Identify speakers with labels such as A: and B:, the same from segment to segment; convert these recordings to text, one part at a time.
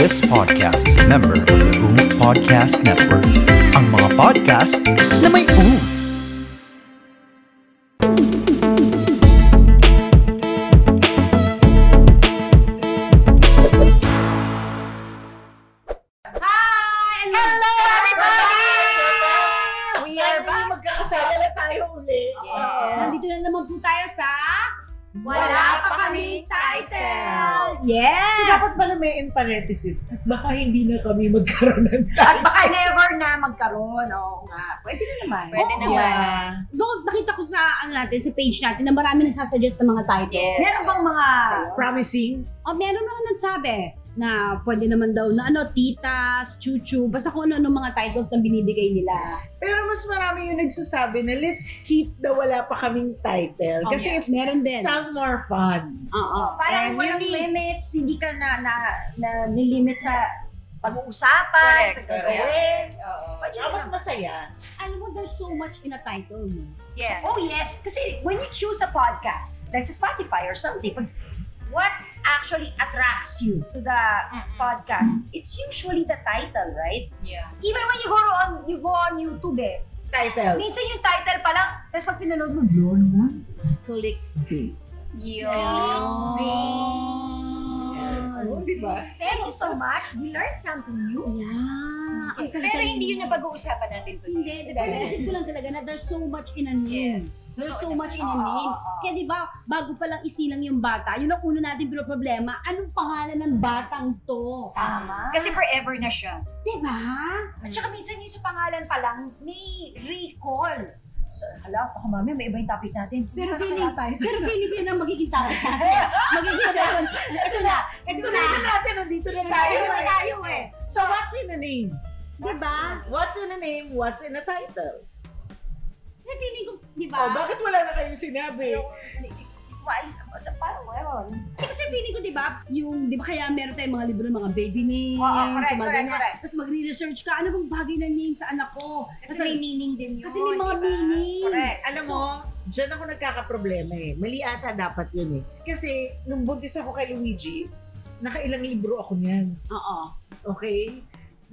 A: This podcast is a member of the OOF Podcast Network. Ang mga podcast na may OOF.
B: Hi! Hello, everybody! We are back!
C: Magkakasama na tayo uli.
B: Yes. Nandito na naman po tayo sa
C: Wala pa kaming title. So,
B: Yes!
C: dapat pala may in parenthesis. Baka hindi na kami magkaroon ng
B: At baka never na magkaroon. Oo nga. Pwede na naman.
D: Pwede
B: Oo.
D: naman.
E: Doon, nakita ko sa ano natin, sa page natin na marami nagsasuggest ng mga title.
D: Yes.
B: Meron bang mga...
C: Promising.
E: Oh, meron mga nagsabi na pwede naman daw na ano, titas, chuchu, basta kung ano-ano mga titles na binibigay nila.
C: Pero mas marami yung nagsasabi na let's keep the wala pa kaming title. Kasi
E: Oh,
C: it
E: meron din.
C: sounds more fun.
E: Oo.
B: Parang
C: And
B: walang
C: unique.
B: limits. Hindi ka na, na, na nilimit sa pag-uusapan,
D: Correct.
B: sa gagawin. Pwede
C: Ah, mas
B: naman.
C: masaya.
E: Alam mo, there's so much in a title. No?
D: Yes.
B: Oh yes, kasi when you choose a podcast, that's a Spotify or something, pag- what actually attracts you to the podcast, it's usually the title, right?
D: Mm-hmm. Yeah.
B: Even when you go on, you go on YouTube eh,
C: Title.
B: minsan yung title pa lang, tapos pag pinanood mo, blown mo.
C: Clickbait. Oh, di ba?
B: Thank you so much. We learned something new.
E: Yeah. Ang
D: Pero hindi yun
E: na
D: ang pag-uusapan natin today.
E: Hindi, di ba? Naisip ko lang talaga na there's so much in a name. There's so
D: Oo
E: much in a
B: Oo,
E: name.
B: oo, oo.
E: Kaya di ba, bago palang isilang yung bata, yun ang una natin pero problema, anong pangalan ng batang to?
B: Tama.
D: Kasi forever na siya.
E: Di ba?
B: At saka minsan yung sa pangalan pa lang, may recall. So, hala, baka mami, may iba yung topic natin.
E: Pero
B: Para
E: feeling,
B: kaya tayo
E: pero feeling ko yun ang magiging target natin. magiging second. Ito na, ito
C: Ito
E: na.
C: na na natin. Nandito na tayo.
B: Nandito na
C: eh.
B: tayo eh.
C: So, what's in a name?
E: Diba?
B: Ah.
C: What's in a name? What's in a title?
E: Kasi feeling ko, diba?
B: Ah.
C: Oh, bakit wala na kayong sinabi?
B: Why? So, parang well.
E: Eh, kasi feeling ko, diba, yung, diba kaya meron tayong mga libro ng mga baby names,
B: Oo, correct,
E: mga
B: correct, correct.
E: Tapos magre-research ka, ano bang bagay na name sa anak ko?
D: Kasi may meaning din yun.
E: Kasi may mga
D: di ba?
E: meaning.
D: Correct.
C: Alam mo, dyan ako nagkakaproblema eh. Mali ata dapat yun eh. Kasi nung buntis ako kay Luigi, nakailang libro ako niyan.
E: Oo.
C: Okay?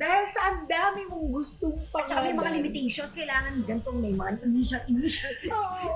C: Dahil sa ang dami mong gustong
B: At saka
C: pangalan.
B: may mga limitations, kailangan gantong may mga initial, initial.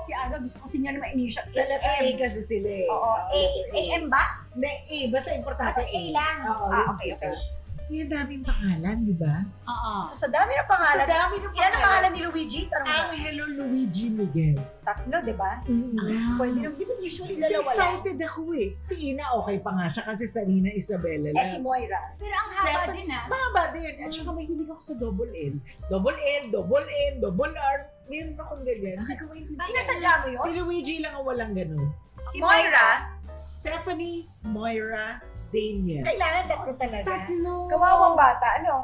B: si ano, gusto ko sinya ng mga initial.
C: Talaga A
B: AM.
C: kasi sila eh.
B: Oo, A, AM ba?
C: Hindi, A. Basta importante eh.
B: Basta A lang.
C: Oo,
B: Ah,
C: yun
B: okay,
C: isa.
B: okay.
C: May daming pangalan, di ba?
E: Oo.
B: So, sa dami ng
C: Sa
B: pangalan,
C: dami ng
B: ilan ang
C: pangalan.
B: pangalan ni Luigi? Tarong mo.
C: Angelo Luigi Miguel.
B: Tatlo, diba? di ba?
C: Mm.
E: Ah.
B: Pwede naman, di ba usually
C: So
B: dalawa lang?
C: excited ako eh. Si Ina okay pa nga siya kasi sa Nina Isabella
B: Eh,
C: lang.
B: si Moira.
D: Pero ang haba
C: Step-
D: din ah.
C: Mahaba din. At saka mahilig ako sa double N. Double N, double N, double R. Meron akong ganyan. Hindi ko maintindihan.
B: Sinasadya mo yun?
C: Si Luigi lang ang walang ganun.
D: Si Moira,
C: Stephanie Moira Daniel.
B: Kailangan tatlo talaga.
E: Tatlo.
B: Kawawang bata, ano?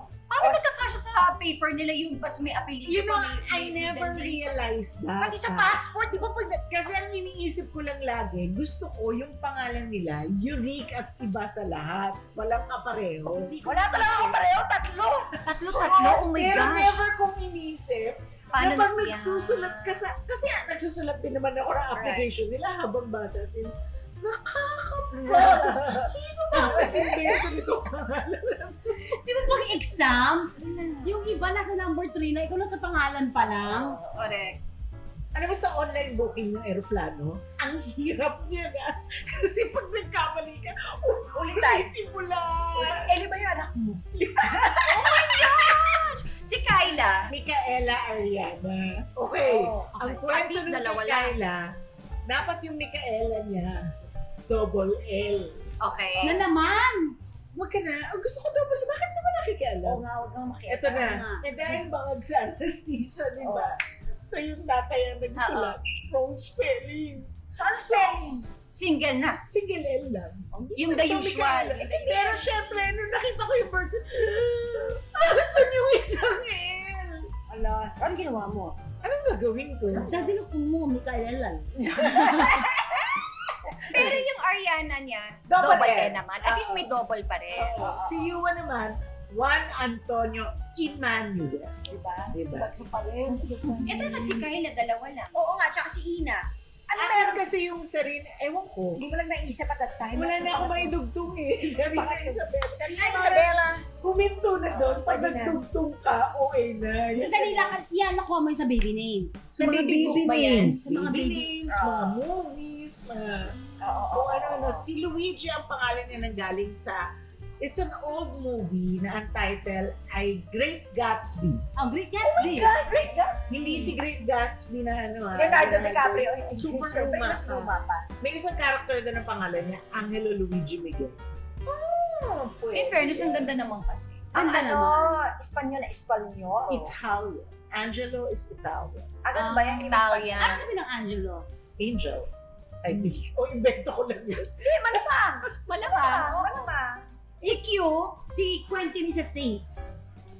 B: Oh,
D: paano nagkakasya sa paper nila yung bas may apelido
C: You know,
D: pa, may-
C: I
D: may
C: never
D: legal name?
C: realized that.
B: Pati
D: Ah.
B: sa passport, di ba pag
C: Kasi ang iniisip ko lang lagi, gusto ko yung pangalan nila, unique at iba sa lahat. Walang kapareho.
B: wala talaga ako pareho, tatlo.
D: Tatlo-tatlo, oh my
C: Pero
D: gosh.
C: never kong iniisip
D: Paano
C: na pag
D: yan?
C: nagsusulat ka sa... Kasi ah, nagsusulat din naman ako ng application nila habang bata. Sin, nakakapag! Sino ba ang invento nito pangalan?
E: Di ba pag exam, yung iba nasa number 3 na, ikaw nasa pangalan pa lang.
D: Correct.
C: Alam mo, sa online booking ng aeroplano, ang hirap niya na. Kasi pag nagkamali ka, oh, ulitin mo lang.
B: Eli Eh, ba yung anak mo?
D: Si Kyla,
C: Micaela Ariana. Okay.
B: Oo.
C: Ang
D: Oh, At
C: kwento
D: least
C: ng
D: dalawa lang.
C: Micaela, dapat yung Micaela niya, double L.
D: okay.
E: Na naman.
C: Huwag ka na. Ang gusto ko double L. Bakit naman nakikialam?
B: Oo nga, huwag kang makialam.
C: Ito na.
E: Tama.
C: Eh dahil bangag sa anesthesia, di ba? So yung tatay ang nagsulat, wrong spelling.
B: So, ano
C: So,
B: spelling?
D: Single na. Oh,
C: single L lang.
D: Yung the
C: So,
D: usual.
C: Micaela. Eh, Pero syempre, nung nakita ko yung birth, ah, saan yung isang L?
B: Ala, anong ginawa mo?
C: Anong gagawin ko?
E: Dadalok mo, Micaela.
D: Pero yung Ariana niya,
C: Double Ah.
D: double,
C: N.
D: N naman. At least may double pa rin.
C: Oo. Si Yuwa naman, Juan Antonio Emmanuel.
B: Diba?
C: Diba?
B: Tatlo pa rin.
D: Eh, dapat si Kyla, dalawa lang.
B: Oo nga, tsaka si Ina. Ano
C: Ano
B: meron
C: meron kasi yung sarin, ewan ko.
B: Hindi mo lang naisip at that time.
C: Wala na ako maidugtong eh. Sarili
B: Bakit?
C: Isabel.
B: Sarina Isabela.
C: Huminto na doon. Pag
B: Pwede na.
C: nagtugtong ka, OA na. Yan
E: Sandali lang, yan, nakuha mo yung sa baby names.
C: Sa mga
D: baby book
C: baby
D: ba yan?
C: names.
E: Sa mga
C: Baby
E: baby-
C: names,
B: Ah.
C: mga movies, mga
B: Oo,
C: kung ano-ano. Si Luigi ang pangalan niya nanggaling sa It's an old movie na ang title ay Great Gatsby.
E: Oh, Great
B: Oh my
E: Gatsby.
B: God, great guts.
C: Hindi si Great Gatsby na ano ha.
B: Leonardo DiCaprio. Ay,
C: Super
B: super
C: luma
B: Mas
C: pa.
B: luma pa.
C: May isang character na ang pangalan niya, Angelo Luigi Miguel.
B: Hmm, pwede.
D: In fairness, ang ganda naman kasi.
B: Ang
E: Ganda
B: ano, Espanyol na Espanyol.
C: Italian. Angelo is Italian.
B: Agad ba yan?
D: Italian.
E: Ano sabi ng Angelo?
C: Angel. I think. O, invento ko lang yun.
B: Hindi, malamang.
D: Malamang.
B: Malamang, Ah,
D: oo.
B: malamang.
D: Si Q,
E: Si Quentin is a saint.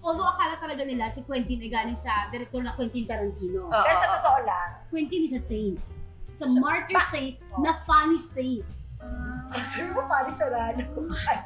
E: Although akala talaga nila si Quentin ay galing sa director na Quentin Tarantino.
D: Oo.
B: Pero sa totoo lang,
E: Quentin is a saint. It's a
B: So,
E: martyr
B: pa-
E: saint na funny saint.
B: Ah, sabi mo, pari sa rano. Ay,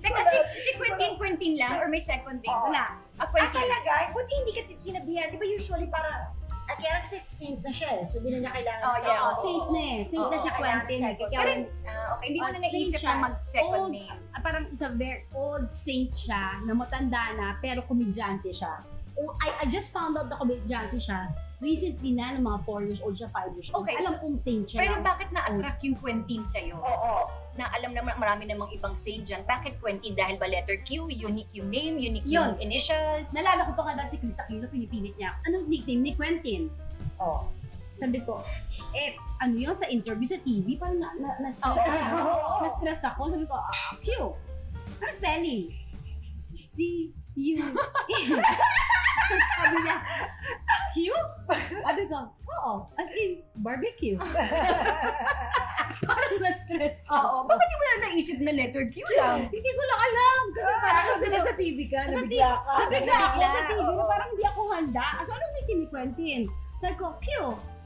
D: Teka, si, si Quentin, Quentin lang? Or may second name?
B: Oo.
D: Wala. Ah,
B: ah,
D: Quentin.
B: talaga? Eh, Buti hindi ka sinabihan. Di ba usually parang, ah, kaya kasi saint na siya eh. So, di na niya kailangan
D: Oh,
B: sa-
D: yeah,
E: Oo,
D: oo,
E: saint na eh. Saint na
D: Oo,
E: si
B: kailangan
E: Quentin.
B: second.
E: Kaya
D: Pero, ah, okay, hindi ko
E: Ah,
D: na
E: saint
D: naisip
E: siya.
D: na mag-second
E: Old.
D: name.
E: ah, parang is a very old saint siya na matanda na pero komedyante siya. Oh, I, I just found out na komedyante siya recently na, ng mga 4 years old siya, 5 years old.
D: Okay,
E: Alam kong saint siya.
D: Pero
E: lang.
D: bakit na-attract yung Quentin sa'yo?
B: Oo.
D: Na alam naman marami namang ibang saint dyan. Bakit Quentin? Dahil ba letter Q, unique yung name, unique
E: Yun.
D: yung initials?
E: Nalala ko pa nga dahil si Chris Aquino, pinipilit niya. Anong nickname ni Quentin?
B: Oo.
E: Sabi ko, eh, ano yun, sa interview sa TV, parang na, na,
B: Oo.
E: na-stress ako.
B: Oo.
E: Na-stress ako. Sabi ko, ah, Q. Ano spelling? C, U, E. Tapos sabi niya, Q? Sabi ko, oo, as in, barbecue. parang na-stress ako.
D: Oo, bakit di mo na naisip na letter Q lang?
E: Hindi ko lang alam. Kasi
C: Ah,
E: parang,
C: kasi
E: sabi ko,
C: nasa TV ka,
E: Nasa
C: nabigla ka.
E: Nabigla ako sa TV na
D: oo.
E: parang hindi ako handa. So, anong nickname ni Quentin? Sabi ko, Q,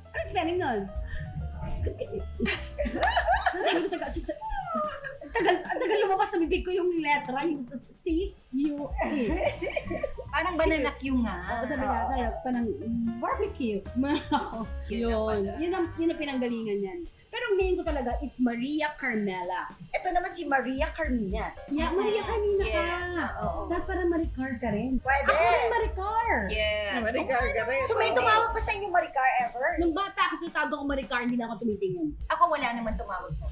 E: ano spelling nun? Sabi ko, taga, sa- sa- tagal, ang tagal lumabas sa bibig ko yung letra, yung C, U, A.
D: Parang banana Q nga.
E: Tapos Sabi niya, sabi ko, parang barbecue. Meron ako.
D: Yun na
E: Yun.
D: pala.
E: Yun ang, yun ang pinanggalingan niyan. Pero ang name ko talaga is Maria Carmela.
B: Ito naman si Maria Carmina.
E: Yeah, Maria Carmina
D: Ah, Yes,
E: ka.
D: oo.
E: Dapat para Maricar ka rin.
B: Pwede.
E: Ako rin Maricar.
D: Yes.
C: Maricar ka rin.
B: eh. So, may tumawag pa sa inyo Maricar ever?
E: Nung bata ako, tinatawag ako Maricar, hindi na ako tumitingin.
D: Ako wala naman tumawag sa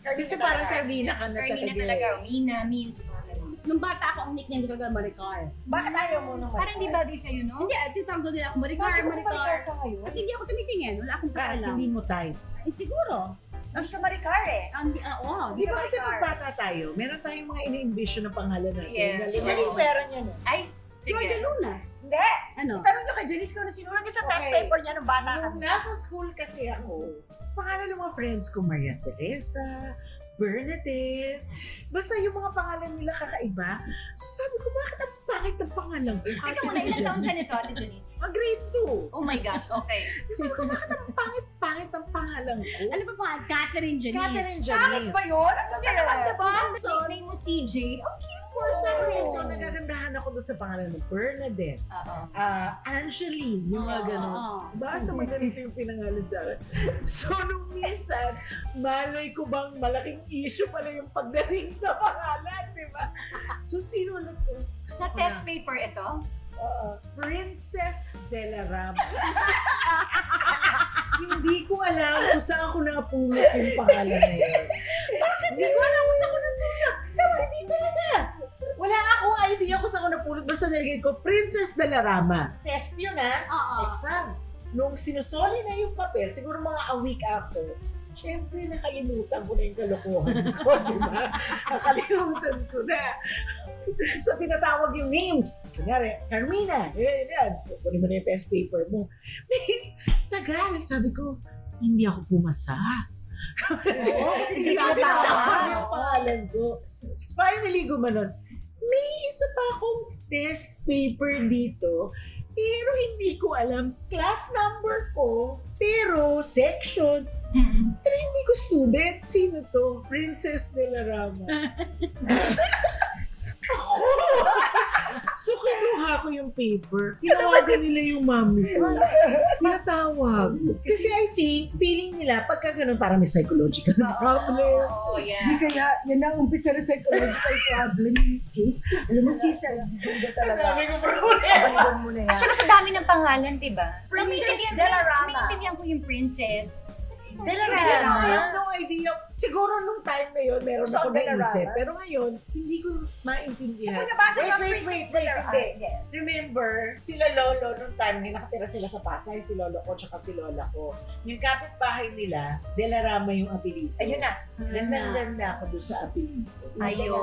C: Kasi parang Carmina ka na
D: Carmina
C: talaga.
D: talaga. Mina, means, mga ganun.
E: Nung bata ako, ang nickname ko talaga Maricar.
B: Bakit ayaw mo nung
D: Parang di
B: Maricar?
D: bagay sa'yo, no?
E: Hindi, at tinatawag ko nila ako Maricar,
B: Bakit mo
E: Maricar.
B: Maricar Ah, ka ngayon?
E: Kasi hindi ako tumitingin, wala akong
C: Bakit
E: pakialam.
C: hindi mo type?
E: Eh, siguro.
B: Hindi ka Maricar eh.
E: Ang, ah, oo.
C: Di ba kasi
B: Maricar.
C: pag bata tayo, meron tayong mga ini-envision na pangalan natin.
D: Yes.
C: Lalo
B: Si
C: na-
B: Janice meron yun eh.
D: Ay,
E: Flor de
D: sige.
E: Luna.
B: Hindi.
E: Ano?
B: Itanong nyo kay Janice kung ano sinulat niya sa test
C: Okay.
B: paper niya nung bata
C: Nung
B: kami.
C: nasa school kasi ako, pangalan ng mga friends ko, Maria Teresa, Bernadette, basta yung mga pangalan nila kakaiba. So sabi ko, bakit ang pangit ang pangalan ko?
D: Teka muna, ilang taon ka nito, Ate Denise?
C: Ang grade 2.
D: Oh my gosh, okay.
C: So sabi ko, bakit ang pangit-pangit ang pangalan ko?
E: Ano ba pangalan? Catherine Janice.
C: Catherine
B: Bakit
C: Janice.
B: ba yun? Ang ganda naman, di Ano ba?
D: So, name mo CJ? Oh,
C: For some
B: Oh.
C: reason, nagagandahan ako doon sa pangalan ng Bernadette,
D: Oo.
C: ah Angeline, yung
B: Ah,
C: mga ganun. Diba?
E: Oo.
C: Bakit naman ganito yung pinangalan sa akin? So, nung minsan, malay ko bang malaking issue pala yung pagdating sa pangalan, di ba? So, sino na to?
D: Sa test paper ito?
B: Oo.
C: Princess de la Rama. Hindi ko alam kung saan ko nakapulot yung pangalan na yun. Bakit? Hindi ko alam kung saan ko napulot. Sabi, hindi talaga. Wala akong idea kung saan ko napulot. Basta nilagay ko, Princess de la Rama. Test yun, ha?
E: Oo.
C: exam. Nung sinusoli na yung papel, siguro mga a week after, syempre nakalimutan ko na yung kalokohan ko, di ba? Nakalimutan ko na. so, tinatawag yung names. Kunyari, Carmina, yan, yan. Kunin mo na yung test paper mo. Miss, tagal. Sabi ko, hindi ako pumasa. Kasi hindi ko
D: Tinatawag.
C: tinatawag yung pangalan ko. Tapos Finally, gumanon. May isa pa akong test paper dito, pero hindi ko alam class number ko, pero section, pero hindi ko student. Sino to? Princess de la Rama. Ako! So, kinuha ko yung paper. Tinawagan nila yung mami ko. Tinatawag. Kasi I think, feeling nila, pagka ganun, parang may psychological problem.
D: Oo,
F: Hindi
D: yeah.
F: kaya, yan ang umpisa na psychological problem, sis. Alam mo, sis, ah, ganda talaga.
C: Sabi ko, problema.
F: Abandon mo na yan.
D: Actually, sa dami ng pangalan, di ba?
B: Princess
D: Namiintindihan-
B: Della Rama.
D: namiintindihan ko yung princess. Sabi ko,
B: Della
C: Pero
B: Rama.
C: I have no idea. Siguro nung time na yun, meron
B: So,
C: ako
B: Dalaran,
C: naisip.
B: ah?
C: Pero ngayon, hindi ko
B: So,
C: maintindihan.
B: kung nabasa
C: Wait,
B: niyo ang
C: wait,
B: Princess Ah,
C: wait, wait,
B: Della Rama.
C: hindi. Remember, sila lolo nung time na nakatira sila sa Pasay, si lolo ko tsaka si lola ko. Yung kapitbahay nila, Delarama yung abilito.
B: Ayun na.
C: Ah. Nandandan na ako doon sa abilito.
D: Ayun,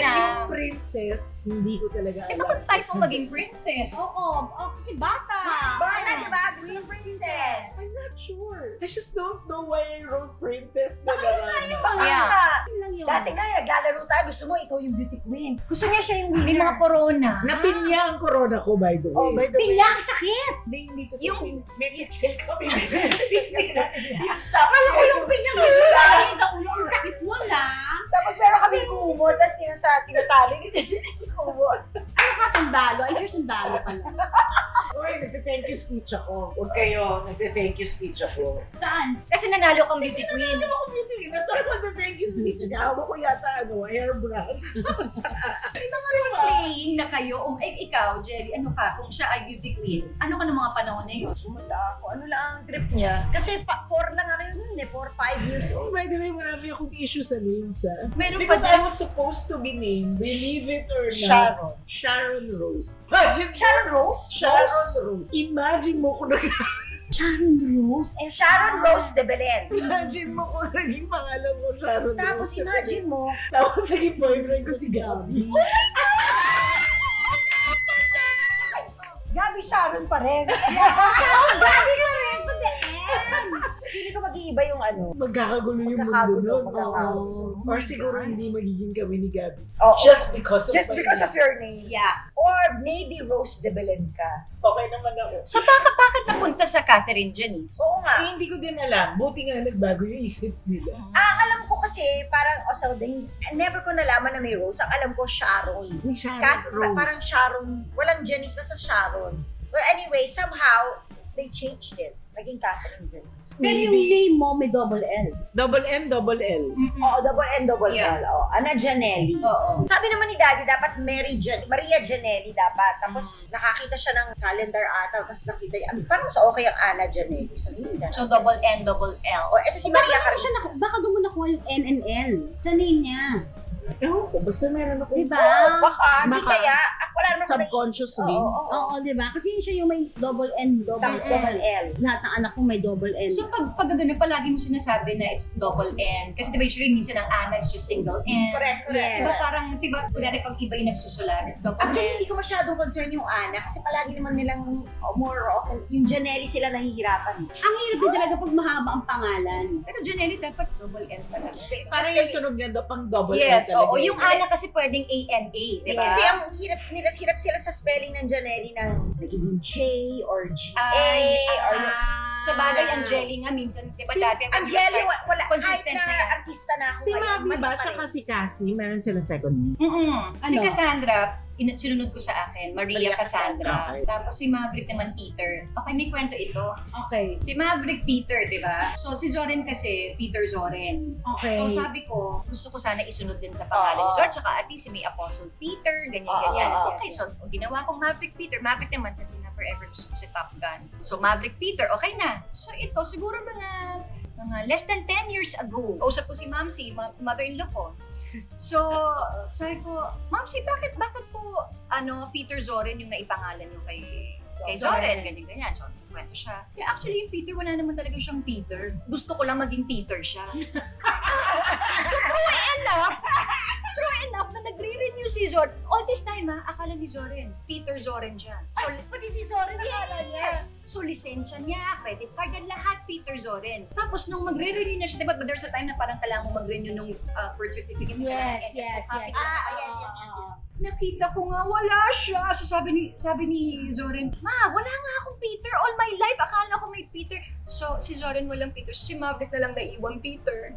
C: And
D: na.
C: yung princess, hindi ko talaga
D: Eh,
C: alam.
D: bakit tayo mo maging princess?
E: Oo, oh, kasi bata.
B: Bata, di ba? Gusto ng princess.
C: I'm not sure. I just don't know why I wrote princess Delarama.
D: Yeah.
B: Ah,
E: Yun lang yun.
B: Dati nga, naglalaro tayo. Gusto mo, ikaw yung beauty queen. Gusto niya siya yung winner.
D: May mga corona.
C: Napinya ang corona ko, by the way.
B: Oh, by the way.
E: Pinya, ang sakit.
C: Hindi, hindi ko
D: Yung-
C: yung... May picture ko. May
B: Akala ko yung pinya gusto
E: Dahil
B: namin.
E: sa ulo, ang sakit mo lang.
B: Tapos meron kami kumo, tapos tinasa, tinatali. kumo.
E: Ano ka, sundalo? Ay, you're sundalo pala.
C: Uy, nagte-thank you speech ako. Huwag kayo, nagte-thank you speech ako.
E: Saan?
D: Kasi nanalo kang beauty queen.
C: Ano ako dito yun? Ito ako nagte-thank you speech. Gawin ko yata, ano, airbrush.
D: Playing na kayo. Um, eh, ikaw, Jelly, ano ka? Kung siya ay beauty queen, ano ka ng mga panahon na yun?
B: Sumata ako. Ano lang ang trip niya? Kasi 4 lang ako yun eh. 4, 5 years old.
C: Oh, by the way, marami akong issue sa names, ha?
D: Meron pa
C: Because I
D: sa...
C: was supposed to be named, believe it or not,
B: Sharon.
C: Sharon Rose. Imagine,
B: Sharon Rose?
C: Sharon Rose. Imagine mo kung nag-
E: Sharon Rose. Eh,
B: Sharon Rose de Belen.
C: imagine mo kung naging pangalan ko Sharon
B: Tapos
C: Rose.
B: imagine mo,
C: Tapos naging boyfriend ko si Gabby.
B: Gabi Sharon pa rin. Hindi ko mag-iiba yung ano.
C: Magkakagulo yung mundo
B: Magkakagulo,
C: nun.
B: magkakagulo.
C: Oo.
B: Oh
C: Or
B: my
C: siguro
B: gosh.
C: hindi magiging kami ni Gabby.
B: Oo.
C: Just because
B: Oh,
C: of
B: Just
C: my
B: because of your name.
D: Yeah.
B: Or maybe Rose de Belen ka.
C: Okay naman ako.
D: So, baka, bakit napunta sa Catherine Janice?
B: Oo nga.
C: Eh, hindi ko din alam. Buti nga nagbago yung isip nila.
B: Ang alam ko kasi, parang, oh, so, then, never ko nalaman na may Rose. Ang alam ko, Sharon.
C: Yung Sharon
B: Kat,
C: Rose.
B: parang Sharon. Walang Janice, basta Sharon. Well, anyway, somehow, they changed it. Naging Catherine Janice.
E: Pero yung name mo may double L.
C: Double N, double L.
B: Oo, Oh, double N, double
D: Yeah.
B: L. Oo. Ana Janelli.
D: Oo.
B: Sabi naman ni Daddy, dapat Mary Jan- Maria Janelli dapat. Tapos nakakita siya ng calendar ata, tapos nakita niya, "Ah, parang sa okay ang Ana Janelli. So, hindi na.
D: So, double N, double L.
B: O, eto si Maria
E: Baka, siya
B: Carmen.
E: naku- baka doon mo nakuha yung N and L. Sa name niya.
C: Ewan ko, basta meron ako.
E: Diba?
B: Oo, baka, di
C: Baka.
B: kaya. Ah, wala naman ako
C: Subconsciously.
B: Oo, oo, oo.
E: Oo, diba? Kasi siya yung may double N, double
B: Tapos double
E: L.
B: L.
E: Lahat ng anak ko may double N.
D: So, pag, pag ganun, palagi mo sinasabi na it's double N. Kasi diba usually minsan ang Anna is just single N.
B: Correct, correct.
D: Diba parang, diba, kunwari pag iba yung nagsusulat, it's double
B: Actually,
D: N.
B: hindi ko masyadong concern yung Ana kasi palagi naman nilang oh, more often, yung Janelli sila nahihirapan.
E: ang hirap din talaga pag mahaba ang pangalan.
D: Pero Janelli, dapat double N talaga.
C: Parang yung tunog niya, do- pang double
D: Yes,
C: N talaga.
D: oo. Yung Anna kasi pwedeng A-N-A, diba?
B: Kasi ang hirap nila, hirap sila sa spelling ng Janelli ng nagiging J or GA
D: Ay,
B: or
D: ah. Sa bagay, ang jelly nga minsan, di ba
B: Si-
D: dati?
B: Ang jelly, wa- wala. Kahit
D: consistent
B: na,
D: na yan.
B: artista na ako.
C: Si
B: ngayon,
C: Mabi ba,
B: mali pa
C: tsaka
B: rin.
C: si Cassie, meron sila second name.
D: mm Si
E: Ano?
D: Cassandra, in- sinunod ko sa akin, Maria
B: Maria
D: Cassandra.
C: Cassandra.
D: Tapos si Maverick naman, Peter. Okay, may kwento ito.
E: Okay.
D: Si Maverick, Peter, di ba? So, si Zoren kasi, Peter Zoren.
E: Okay.
D: So, sabi ko, gusto ko sana isunod din sa pangalan ni
B: Oo.
D: Zoren. Tsaka at least may Apostle Peter, ganyan,
B: Oo,
D: ganyan.
B: oo, oo.
D: Okay, so, ginawa kong Maverick Peter. Maverick naman kasi na forever gusto ko si Top Gun. So, Maverick Peter, okay na. So, ito, siguro mga mga less than 10 years ago. Kausap ko si Mamsi, ma- mother-in-law ko. So, sabi ko, Mamsi, bakit, bakit po, ano, Peter Zoren yung naipangalan nyo kay, kay Zoren? Ganyan, ganyan. So, kwento siya. Yeah, actually, yung Peter, wala naman talaga siyang Peter. Gusto ko lang maging Peter siya. so, true enough, true enough na nagre-renew si Zoren. All this time, ha, akala ni Zoren, Peter Zoren siya. So,
B: Pati si Soren nakala niya.
D: Yes. So, lisensya niya, credit card, yan lahat, Peter Zoren. Tapos, nung magre-renew na siya, diba, there's a time na parang kailangan mo mag-renew nung uh, birth certificate. mo,
E: Yes,
D: kailangan
E: yes,
D: extra copy
E: yes.
D: ka.
B: Ah, yes, yes, yes, yes.
D: Nakita ko nga, wala siya. So, sabi ni, sabi ni Zoren, Ma, wala nga akong Peter all my life. Akala ko may Peter. So, si Zoren walang Peter. So, si Maverick na lang
E: ano,
D: naiwan Peter.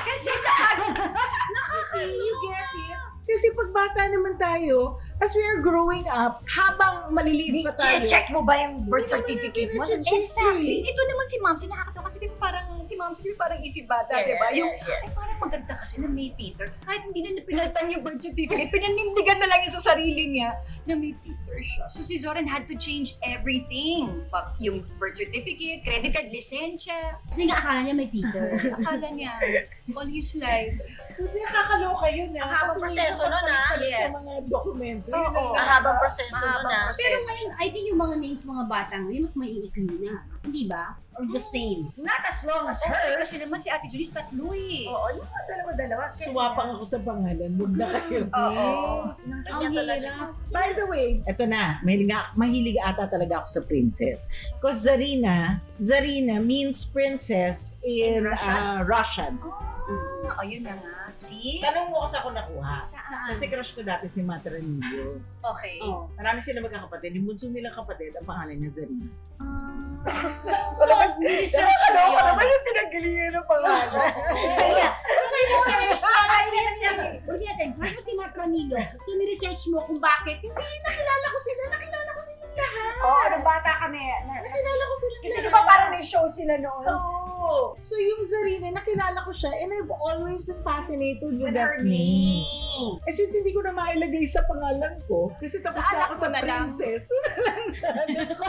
D: Kasi sa
C: You see, you get it? Kasi pagbata naman tayo, as we are growing up, habang maliliit pa tayo,
B: Check mo ba yung birth
C: Hindi naman
B: certificate mo?
C: natin na-check
D: Exactly.
C: eh.
D: Ito naman si Ma'am, sinakakatawa kasi di ba parang, si Ma'am, di ba parang isip bata,
B: Yeah,
D: di ba? Yung,
B: yes, yes.
D: ay, parang maganda kasi na may Peter. Kahit hindi na pinalitan yung birth certificate, pinanindigan na lang yung sa sarili niya na may Peter siya. So si Zoran had to change everything. Pa- Yung birth certificate, credit card, lisensya.
E: Kasi nga akala niya may Peter.
D: Akala niya, all his life.
C: Hindi, kakaloka yun
B: Ang
C: ah.
B: habang
C: Kasi
B: proseso
C: yung
B: nun, ah.
C: papalit-palit ng
D: Yes.
C: mga dokumento. yun
D: Oo.
C: ang-
B: Ang habang proseso nun
D: Mahabang
B: ah.
E: Pero
D: proseso.
E: ngayon, I think yung mga names mga bata ngayon, mas maiikli na. Hindi ba? Or the same.
B: Not as long as
D: Pero
B: hers.
D: Oh, kasi naman si Ate Julie, tatlo eh.
B: Oo, yung mga dalawa-dalawa.
C: Suwapang ako sa pangalan. Huwag na kayo.
D: Oo.
B: Kasi
E: Ang
B: talaga
E: hirap.
C: By the way, eto na, mahilig, nga- mahilig ata talaga ako sa princess. Because Zarina, Zarina means princess in,
B: Russian?
C: uh, Russian.
D: Ah, ayun na nga. See?
C: Tanong mo ako sa ako nakuha.
D: Saan?
C: Kasi crush ko dati si Matranillo.
D: Okay.
E: Oh.
C: Marami sila magkakapatid. Yung bunso nilang kapatid, ang pangalan niya Zarina.
E: So, research
C: Ano
E: ko
C: ko
E: yun.
C: naman yung pinaggalingan ng pangalan?
E: Kaya, kasi research mo, kaya natin, hindi natin, crush mo si Mark Ronilo. So, ni-research mo kung bakit. Hindi, nakilala ko sila, nakilala ko sila lahat.
B: Oo,
D: Ano?
B: oh, nung bata kami. na-
E: Nakilala ko sila
B: Kasi di ba parang may show sila noon?
C: Oo. Oh, So yung Zarina, nakilala ko siya and I've always been fascinated with,
B: With her
C: that name.
B: name.
C: Eh since hindi ko na mailagay sa pangalan ko, kasi tapos na
D: Sa anak
C: ako
D: mo
C: sa
D: na lang.
C: princess. lang sa anak ko.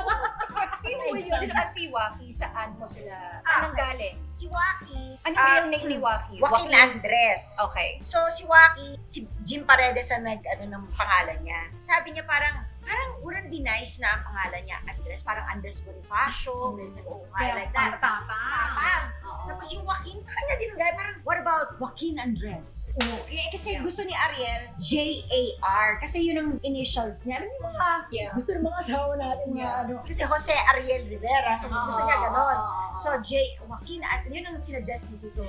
D: Sino yun? Sa si Waki, saan mo sila?
B: Ah,
D: Saan ang galing?
B: Si Waki.
D: Ano
B: ah,
D: real name ni Waki?
B: Joaquin Andres.
D: Okay.
B: So, si Waki, si Jim Paredes ang nag, ano, ng pangalan niya. Sabi niya parang, parang wouldn't be nice na ang pangalan niya, Andres. Parang Andres Bonifacio.
E: Mm.
B: Ganyan, oo nga,
E: Kaya,
B: like
E: pam,
B: that.
E: pam, pam.
B: Pam.
E: Oo.
B: Tapos yung Joaquin, sa kanya din guy, parang, what about Joaquin Andres? Okay, kasi gusto ni Ariel, J-A-R. Kasi yun ang initials niya. Alam niyo mga,
D: Yeah.
C: Gusto ng mga asawa natin nga,
B: Yeah. Ah.
C: ano,
B: kasi Jose Ariel Rivera. So, gusto niya ganon.
E: So,
B: So, J. Joaquin, at yun ang sinuggest ni Tito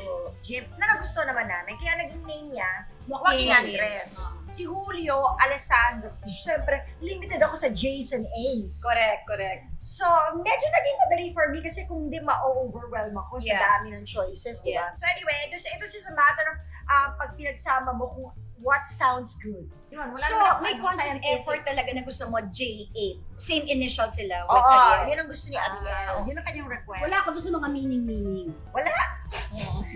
B: Jim na nagustuhan naman namin. Kaya naging name niya, Joaquin
D: Joaquin.
B: Andres. Si Julio Alessandro. Kasi syempre, limited ako sa Jason Ace.
D: Correct, correct.
B: So, medyo naging madali for me kasi kung hindi ma-overwhelm ako sa
D: Yeah.
B: dami ng choices, di ba? So anyway, ito, ito is a matter of ah, pag pinagsama mo kung what sounds good. Yun, wala
D: So,
B: naman ako
D: may
B: ano,
D: conscious
B: scientific.
D: effort talaga na gusto mo, J8. Same initial sila.
B: Oo,
D: with Ariel.
B: yun ang gusto ni Ariel.
D: Ah.
B: yun ang kanyang request.
E: wala ako doon sa mga meaning-meaning.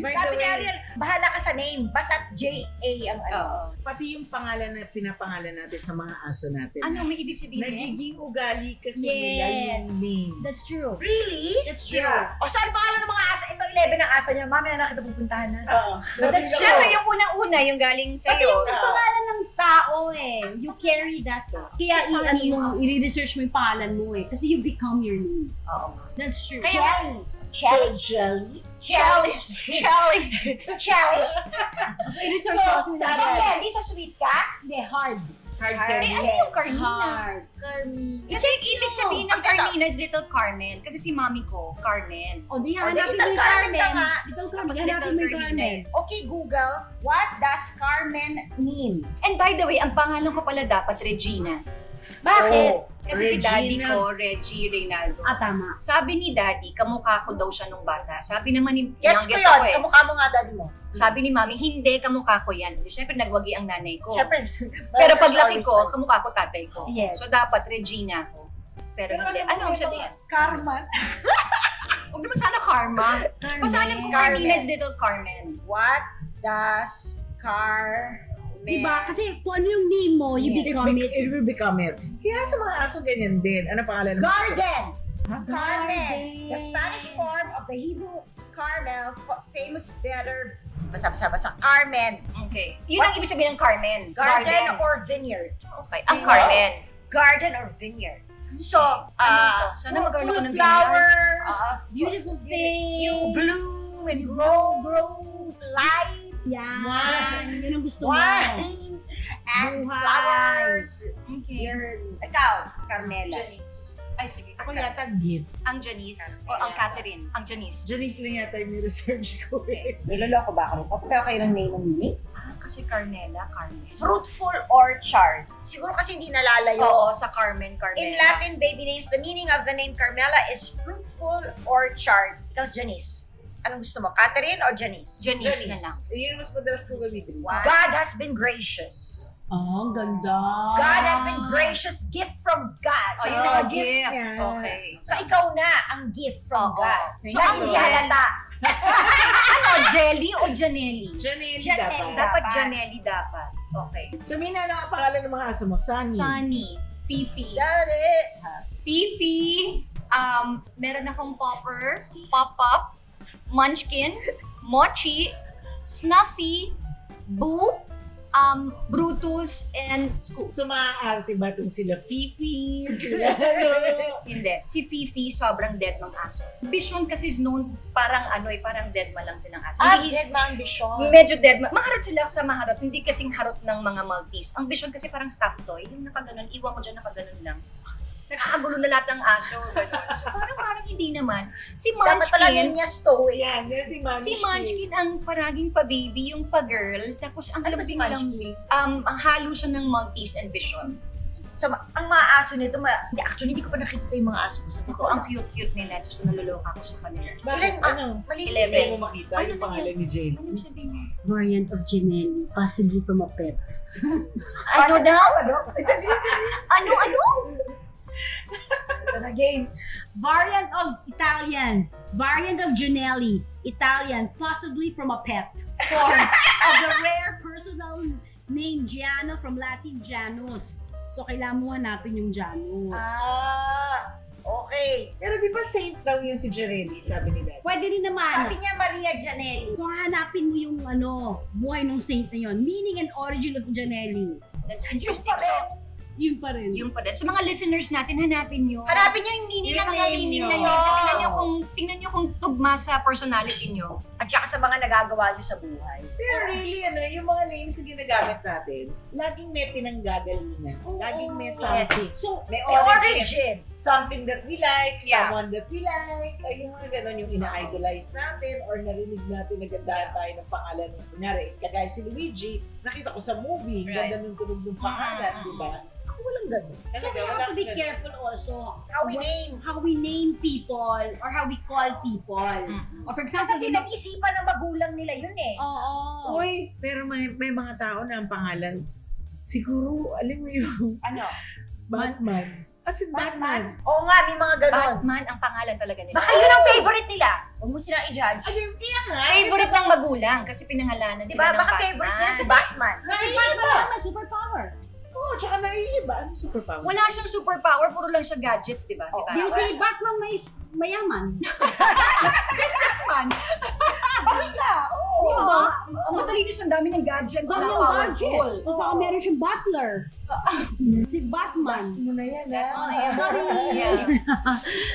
C: By the
B: Sabi ni
C: way,
B: Ariel, bahala ka sa name. Basta J.A. ang ano.
D: Oo.
C: pati yung pangalan na pinapangalan natin sa mga aso natin.
D: Ano may ibig sabihin?
C: Nagiging ugali kasi
E: Yes.
C: nila yung name.
E: That's true.
B: Really?
E: That's true.
B: O saan pangalan ng mga asa? Ito, 11 ang asa niya. Mamaya na kita pupuntahan na.
D: Oh.
C: Oo.
E: That's
C: Ah, Sabi ah,
D: Siyempre,
C: ko,
D: yung unang-una, yung galing
E: Pati yung
D: sa'yo.
E: pangalan ng tao eh. You carry that. eh. Kaya
D: Sa
E: i-ano
D: sarili
E: mo,
D: mo.
E: i-research mo yung pangalan mo eh. Kasi you become your name.
D: Oo.
E: That's true.
D: Kaya-
B: Jelly.
C: So,
B: Jelly.
C: Jelly.
B: Jelly.
D: Charlie.
B: Jelly.
E: so, i-research
C: So,
E: so, ako
B: Sa
E: sa
B: akin, candy. So sweet ka?
E: Hindi, hard.
C: Hard
D: Ay, ano yung Carmina?
E: Hard. Carmina.
D: Kasi yung ibig sabihin
B: Ang
D: ng
B: ganda.
D: Carmina is Little Carmen. Kasi si mami ko, Carmen.
E: O,
B: O, di,
E: di hanapin mo
B: Little
E: yung
B: Carmen
E: Carmen.
B: ka nga.
E: Little Carmen.
D: Tapos
E: Hanapin
D: Little
E: mo yung
D: Carmina.
E: Carmen.
D: eh.
B: Okay, Google. What does Carmen mean?
D: And by the way, ang pangalan ko pala dapat Regina.
E: Bakit?
C: Oh.
D: Kasi si daddy
C: Regina.
D: ko, Reggie Reynaldo.
E: Ah, tama.
D: Sabi ni daddy, kamukha ko daw siya nung bata. Sabi naman ni
B: Gets ko
D: youngest ako eh.
B: yun. Kamukha mo nga daddy mo.
D: Sabi ni mami, hindi, kamukha ko yan. Siyempre, nagwagi ang nanay ko.
B: Siyempre.
D: Pero paglaki ko, kamukha ko tatay ko.
E: Yes.
D: So dapat Regina ko. Pero hindi. Ano ang sabihin?
B: Carmen.
D: Huwag naman sana karma. Basta alam ko
B: Carmen.
D: Carmina is Little Carmen.
B: What does Carmen?
E: Diba? Kasi kung ano yung name mo, you
C: It,
D: Yeah.
E: become
C: be-
E: it.
C: it will become it. Kaya sa mga aso ganyan din. Ano pangalan ng
B: Garden.
C: Ha?
B: Carmen. The Spanish form of the Hebrew Carmel, f- famous better basa-basa basa Carmen.
D: Okay. Yun ang ibig sabihin ng Carmen.
B: Garden, or vineyard.
D: Okay. Ang Carmen.
B: Garden or vineyard. So, ah,
D: Ah, sana magkaroon
E: full of
D: ako ng
E: flower.
B: flowers,
D: Ah,
E: Beautiful thing.
B: you bloom and grow, grow, light,
E: Yan. Yun ang gusto mo.
B: wine, and
E: Buhay.
B: flowers.
D: Okay.
B: Your, ikaw, Carmela.
D: Janice. Ay, sige.
C: Ako yata gift.
D: Ang Janice. O ang Catherine. Ang Janice.
C: Janice lang yata yung research ko eh.
B: Niloloko ba ako? Papayaw kayo ng name ng meaning?
D: Ah, kasi Carmela, Carmen.
B: Fruitful orchard. Siguro kasi hindi nalalayo.
D: Oo, sa Carmen, Carmela.
B: In Latin baby names, the meaning of the name Carmela is fruitful orchard. Ikaw, Janice. Anong gusto mo? Catherine or Janice?
D: Janice na lang.
C: Yun mas madalas kong gamitin.
D: Wow.
B: God has been gracious.
E: Oh, ang ganda.
B: God has been gracious. Gift from God.
D: Ah. Oh,
B: So,
D: yun
B: yun
D: ang
B: ang gift.
D: gift.
C: niya.
D: Okay.
B: So, ikaw na ang gift from
D: Oo.
B: God.
D: Thank
B: So,
C: you,
B: hindi
C: Lord.
B: halata.
D: ano, Jelly o Janelli?
C: Janelle
D: Janelli.
C: dapat.
D: Dapat Janelli dapat. Okay.
C: So, Mina, ano ang pangalan ng mga aso mo? Sunny.
D: Sunny. Fifi.
C: Sunny.
D: Fifi. Um, meron akong popper. Pop-up. Munchkin. Mochi. Snuffy. Boo. Um, Brutus. And Scoop.
C: So, maaarte ba itong sila Fifi? Sila ano?
D: Hindi. Si Fifi, sobrang dead ng aso. Bishon kasi is known parang ano eh, parang dead ma lang silang aso.
B: Ang
D: Hindi-
B: gift ng ambisyon.
D: Medyo dead. ma- Maharot sila sa maharot. Hindi kasing harot ng mga Maltese. Ang Bishon kasi parang stuffed toy. Yung nakaganon, iwan mo dyan nakaganon lang. Nakakagulo na lahat ng aso. So, parang parang hindi naman. Si
B: Dapat pala
D: Munchkin,
B: niya stoic.
C: Yan, yan si Munchkin.
D: si Munchkin ang paraging pa-baby, yung pa-girl. Tapos ang
B: Ano ba eh. si
D: lambing lang,
B: Munchkin?
D: um, ang halo siya ng Maltese and Bishon.
B: So, ma- ang mga aso nito, ma- hindi, actually, hindi ko pa nakikita yung mga aso ko sa totoo.
D: Ako,
B: Ang
D: ang cute-cute nila. Diyos ko, naluloka ko sa kanila.
C: Bakit?
B: Ilan-
C: Ano?
B: maliit.
C: Hindi
D: Eleven.
C: mo makita yung pangalan ni Jane.
D: Ano sabihin mo?
E: Variant of Janelle, possibly from a pet.
D: Ano
B: Pasa-
D: daw?
B: Ano? Dali.
D: Ano, ano?
B: Ito na game.
E: Variant of Italian, variant of Janelli, Italian, possibly from a pet. Form of the rare personal name Giano from Latin Janus. So, kailangan mo hanapin yung Janus.
B: Ah, okay.
C: Pero di ba saint daw yun si Jarelli, sabi ni Dad?
E: Pwede rin naman.
B: Sabi niya Maria Janelli.
E: So, hanapin mo yung ano, buhay ng saint na yon. Meaning and origin of Janelli.
D: That's interesting.
B: Yung pa rin.
D: So,
E: Yun pa rin.
D: yung pa rin. Sa mga listeners natin, hanapin nyo.
B: Hanapin niyo yung meaning
D: Yun
B: ng
D: ang
B: name
D: name
B: niyo.
D: nyo. Tingnan nyo kung, tingnan nyo kung tugma sa personality nyo.
B: At saka sa mga nagagawa niyo sa buhay.
C: Pero really, ano, yung mga names na ginagamit natin, laging may pinanggagalingan. Laging may something.
E: So,
C: May
B: May
C: origin.
B: origin.
C: Something that we like,
D: Yeah.
C: someone that we like, ay yung mga ganon yung ina-idolize natin or narinig natin na gandahan tayo ng pangalan ng kunyari. Kagaya si Luigi, nakita ko sa movie,
D: Right.
C: ganda ng tunog ng pangalan,
D: Mm.
C: di ba? Ako ah, walang ganon.
E: so we have to be careful also
B: How we name.
E: how we name people or how we call people. Or for
B: Kasi
E: example, oh,
B: pinag-isipan ng magulang nila yun eh.
E: oh.
C: Uy, pero may, may mga tao na ang pangalan, siguro, alam mo yung
B: Ano?
C: Batman. As in Batman.
B: Batman. Oo nga, may mga ganon.
D: Batman ang pangalan talaga nila.
B: Baka yun ang favorite nila. Huwag mo silang i-judge.
C: Ayun, kaya nga. eh,
D: favorite ng magulang kasi pinangalanan
B: Di ba? Diba?
D: sila ng
B: Baka
D: Batman.
B: favorite nila si Batman.
C: Naiiba.
E: Tama, superpower.
C: Oo, tsaka naiiba. Ano superpower?
D: Wala siyang superpower, puro lang siya gadgets, di ba? Si
B: Oh,
E: Yung
D: Batman.
E: si Batman may mayaman.
D: Businessman.
B: Basta,
D: Di
B: oo.
D: ba? Oh, Ang matalino siyang dami ng gadgets na
E: Batman
D: powerful.
E: gadgets. Saka meron siyang butler. si Batman.
C: mo na yan,
D: That's
C: ah.
D: all I ever Yeah.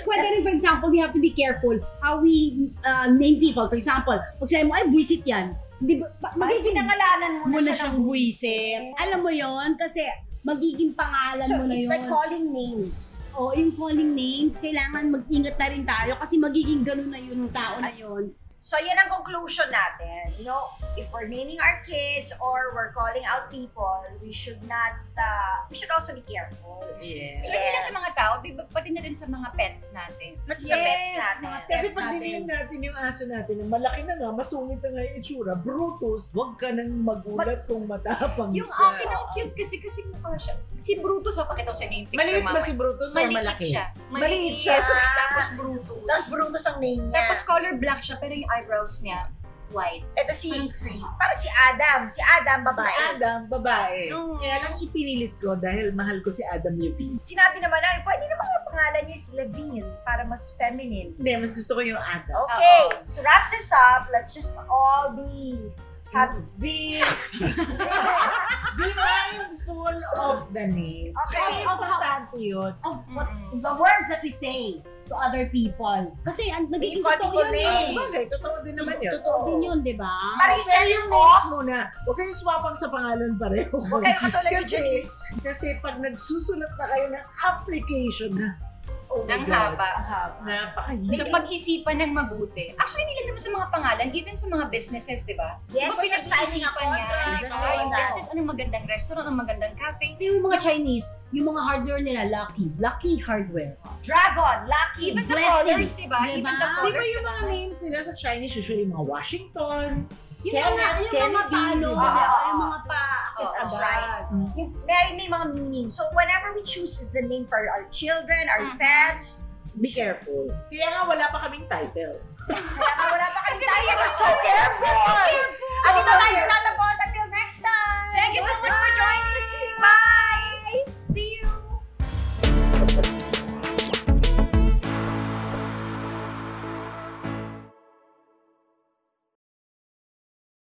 E: Pwede rin, for example, we have to be careful how we uh, name people. For example, pag sinabi mo, ay, buwisit yan. Di ba, ba- magiging
B: Pinangalanan mo
E: mo
B: na
E: na
B: siya
E: siyang
B: ng
E: buwisit. Alam mo yon Kasi magiging pangalan
B: So,
E: mo na
B: it's
E: yun.
B: like calling names.
E: O, yung calling names, kailangan mag-ingat na rin tayo kasi magiging ganun na yun ng tao na yun.
B: So, yun ang conclusion natin. You know, if we're naming our kids or we're calling out people, we should not, uh, we should also be careful.
C: Yeah.
D: Hindi lang sa
B: Yes.
D: mga tao, di ba? Pati na rin sa mga pets natin.
B: Pati sa pets natin.
E: mga pets
C: Kasi pag dinigin natin yung aso natin, ang malaki na nga, masungit na nga yung itsura, Brutus, huwag ka nang magulat kung matapang
D: Yung
C: ka.
D: akin ang cute kasi kasi mukha siya. Si Brutus, oh, pakita ko sa inyo yung picture
C: Maliit ba
D: mamaya.
C: si Brutus or
D: Maliit
C: malaki?
D: siya.
C: Maliit siya.
D: Tapos Brutus.
B: Tapos Brutus ang name niya.
D: Tapos color black siya pero yung eyebrows niya white.
B: ito si,
D: Parang cream.
B: parang si Adam. Si Adam,
C: Si
B: babae.
C: Adam, babae.
D: Oo.
C: Kaya lang ipinilit ko dahil mahal ko si Adam Levine.
B: Sinabi naman namin, pwede naman ang pangalan niya si Levine para mas feminine.
C: Hindi, mas gusto ko yung Adam.
D: Oh,
B: Okay,
D: Oo.
B: to wrap this up, let's just all be happy.
C: Be, be mindful of the name.
B: Okay.
C: Kaya importante yun.
E: Of what,
D: Mm-mm.
E: the words that we say to other people. Kasi ang nagiging
B: call
E: totoo
B: people
E: yun eh.
B: names.
C: Bagay, totoo din naman yun.
E: Totoo din yun, di ba?
B: Maris,
C: Share
B: send
C: yung
B: it
C: names
B: off.
C: muna. Huwag kayong swapang sa pangalan pareho.
B: Huwag kayo katulad ni
C: Kasi-
B: Janice.
C: Kasi pag nagsusulat na kayo ng application na, Oh my
D: ng
C: God.
D: haba.
B: Ang haba.
C: Napakahirap.
D: So pag-isipan ng mabuti. Actually, nila naman sa mga pangalan, even sa mga businesses, di ba?
B: Yes,
D: Diba
B: pinag-sizing
D: pinag-iisipan
B: ako.
D: niya?
C: Yes,
D: Ah, yung
C: yes.
D: business, anong magandang restaurant, anong magandang cafe.
E: Tingnan mo yung mga Chinese, yung mga hardware nila, lucky. Lucky hardware.
B: Dragon, lucky.
D: Even the
E: Blessings,
D: colors, di ba? Even the
E: diba?
C: Di ba
D: colors,
C: yung mga names nila sa Chinese, usually mga Washington,
E: Yung
C: Kaya
E: mga,
C: nga,
E: yung
C: Kelly
E: mga
C: Bean,
E: palo,
C: di
E: yung
C: ba?
E: mga pa.
D: Oo,
B: that's
E: agad.
B: right. Yung very may mga meaning. So whenever we choose the name for our children, our
D: Mhm.
B: pets,
C: be careful. Kaya nga wala pa kaming title.
B: kaya nga Ah, wala pa kasi
D: Kasi
B: tayo
D: may-
B: we're so careful. Ah,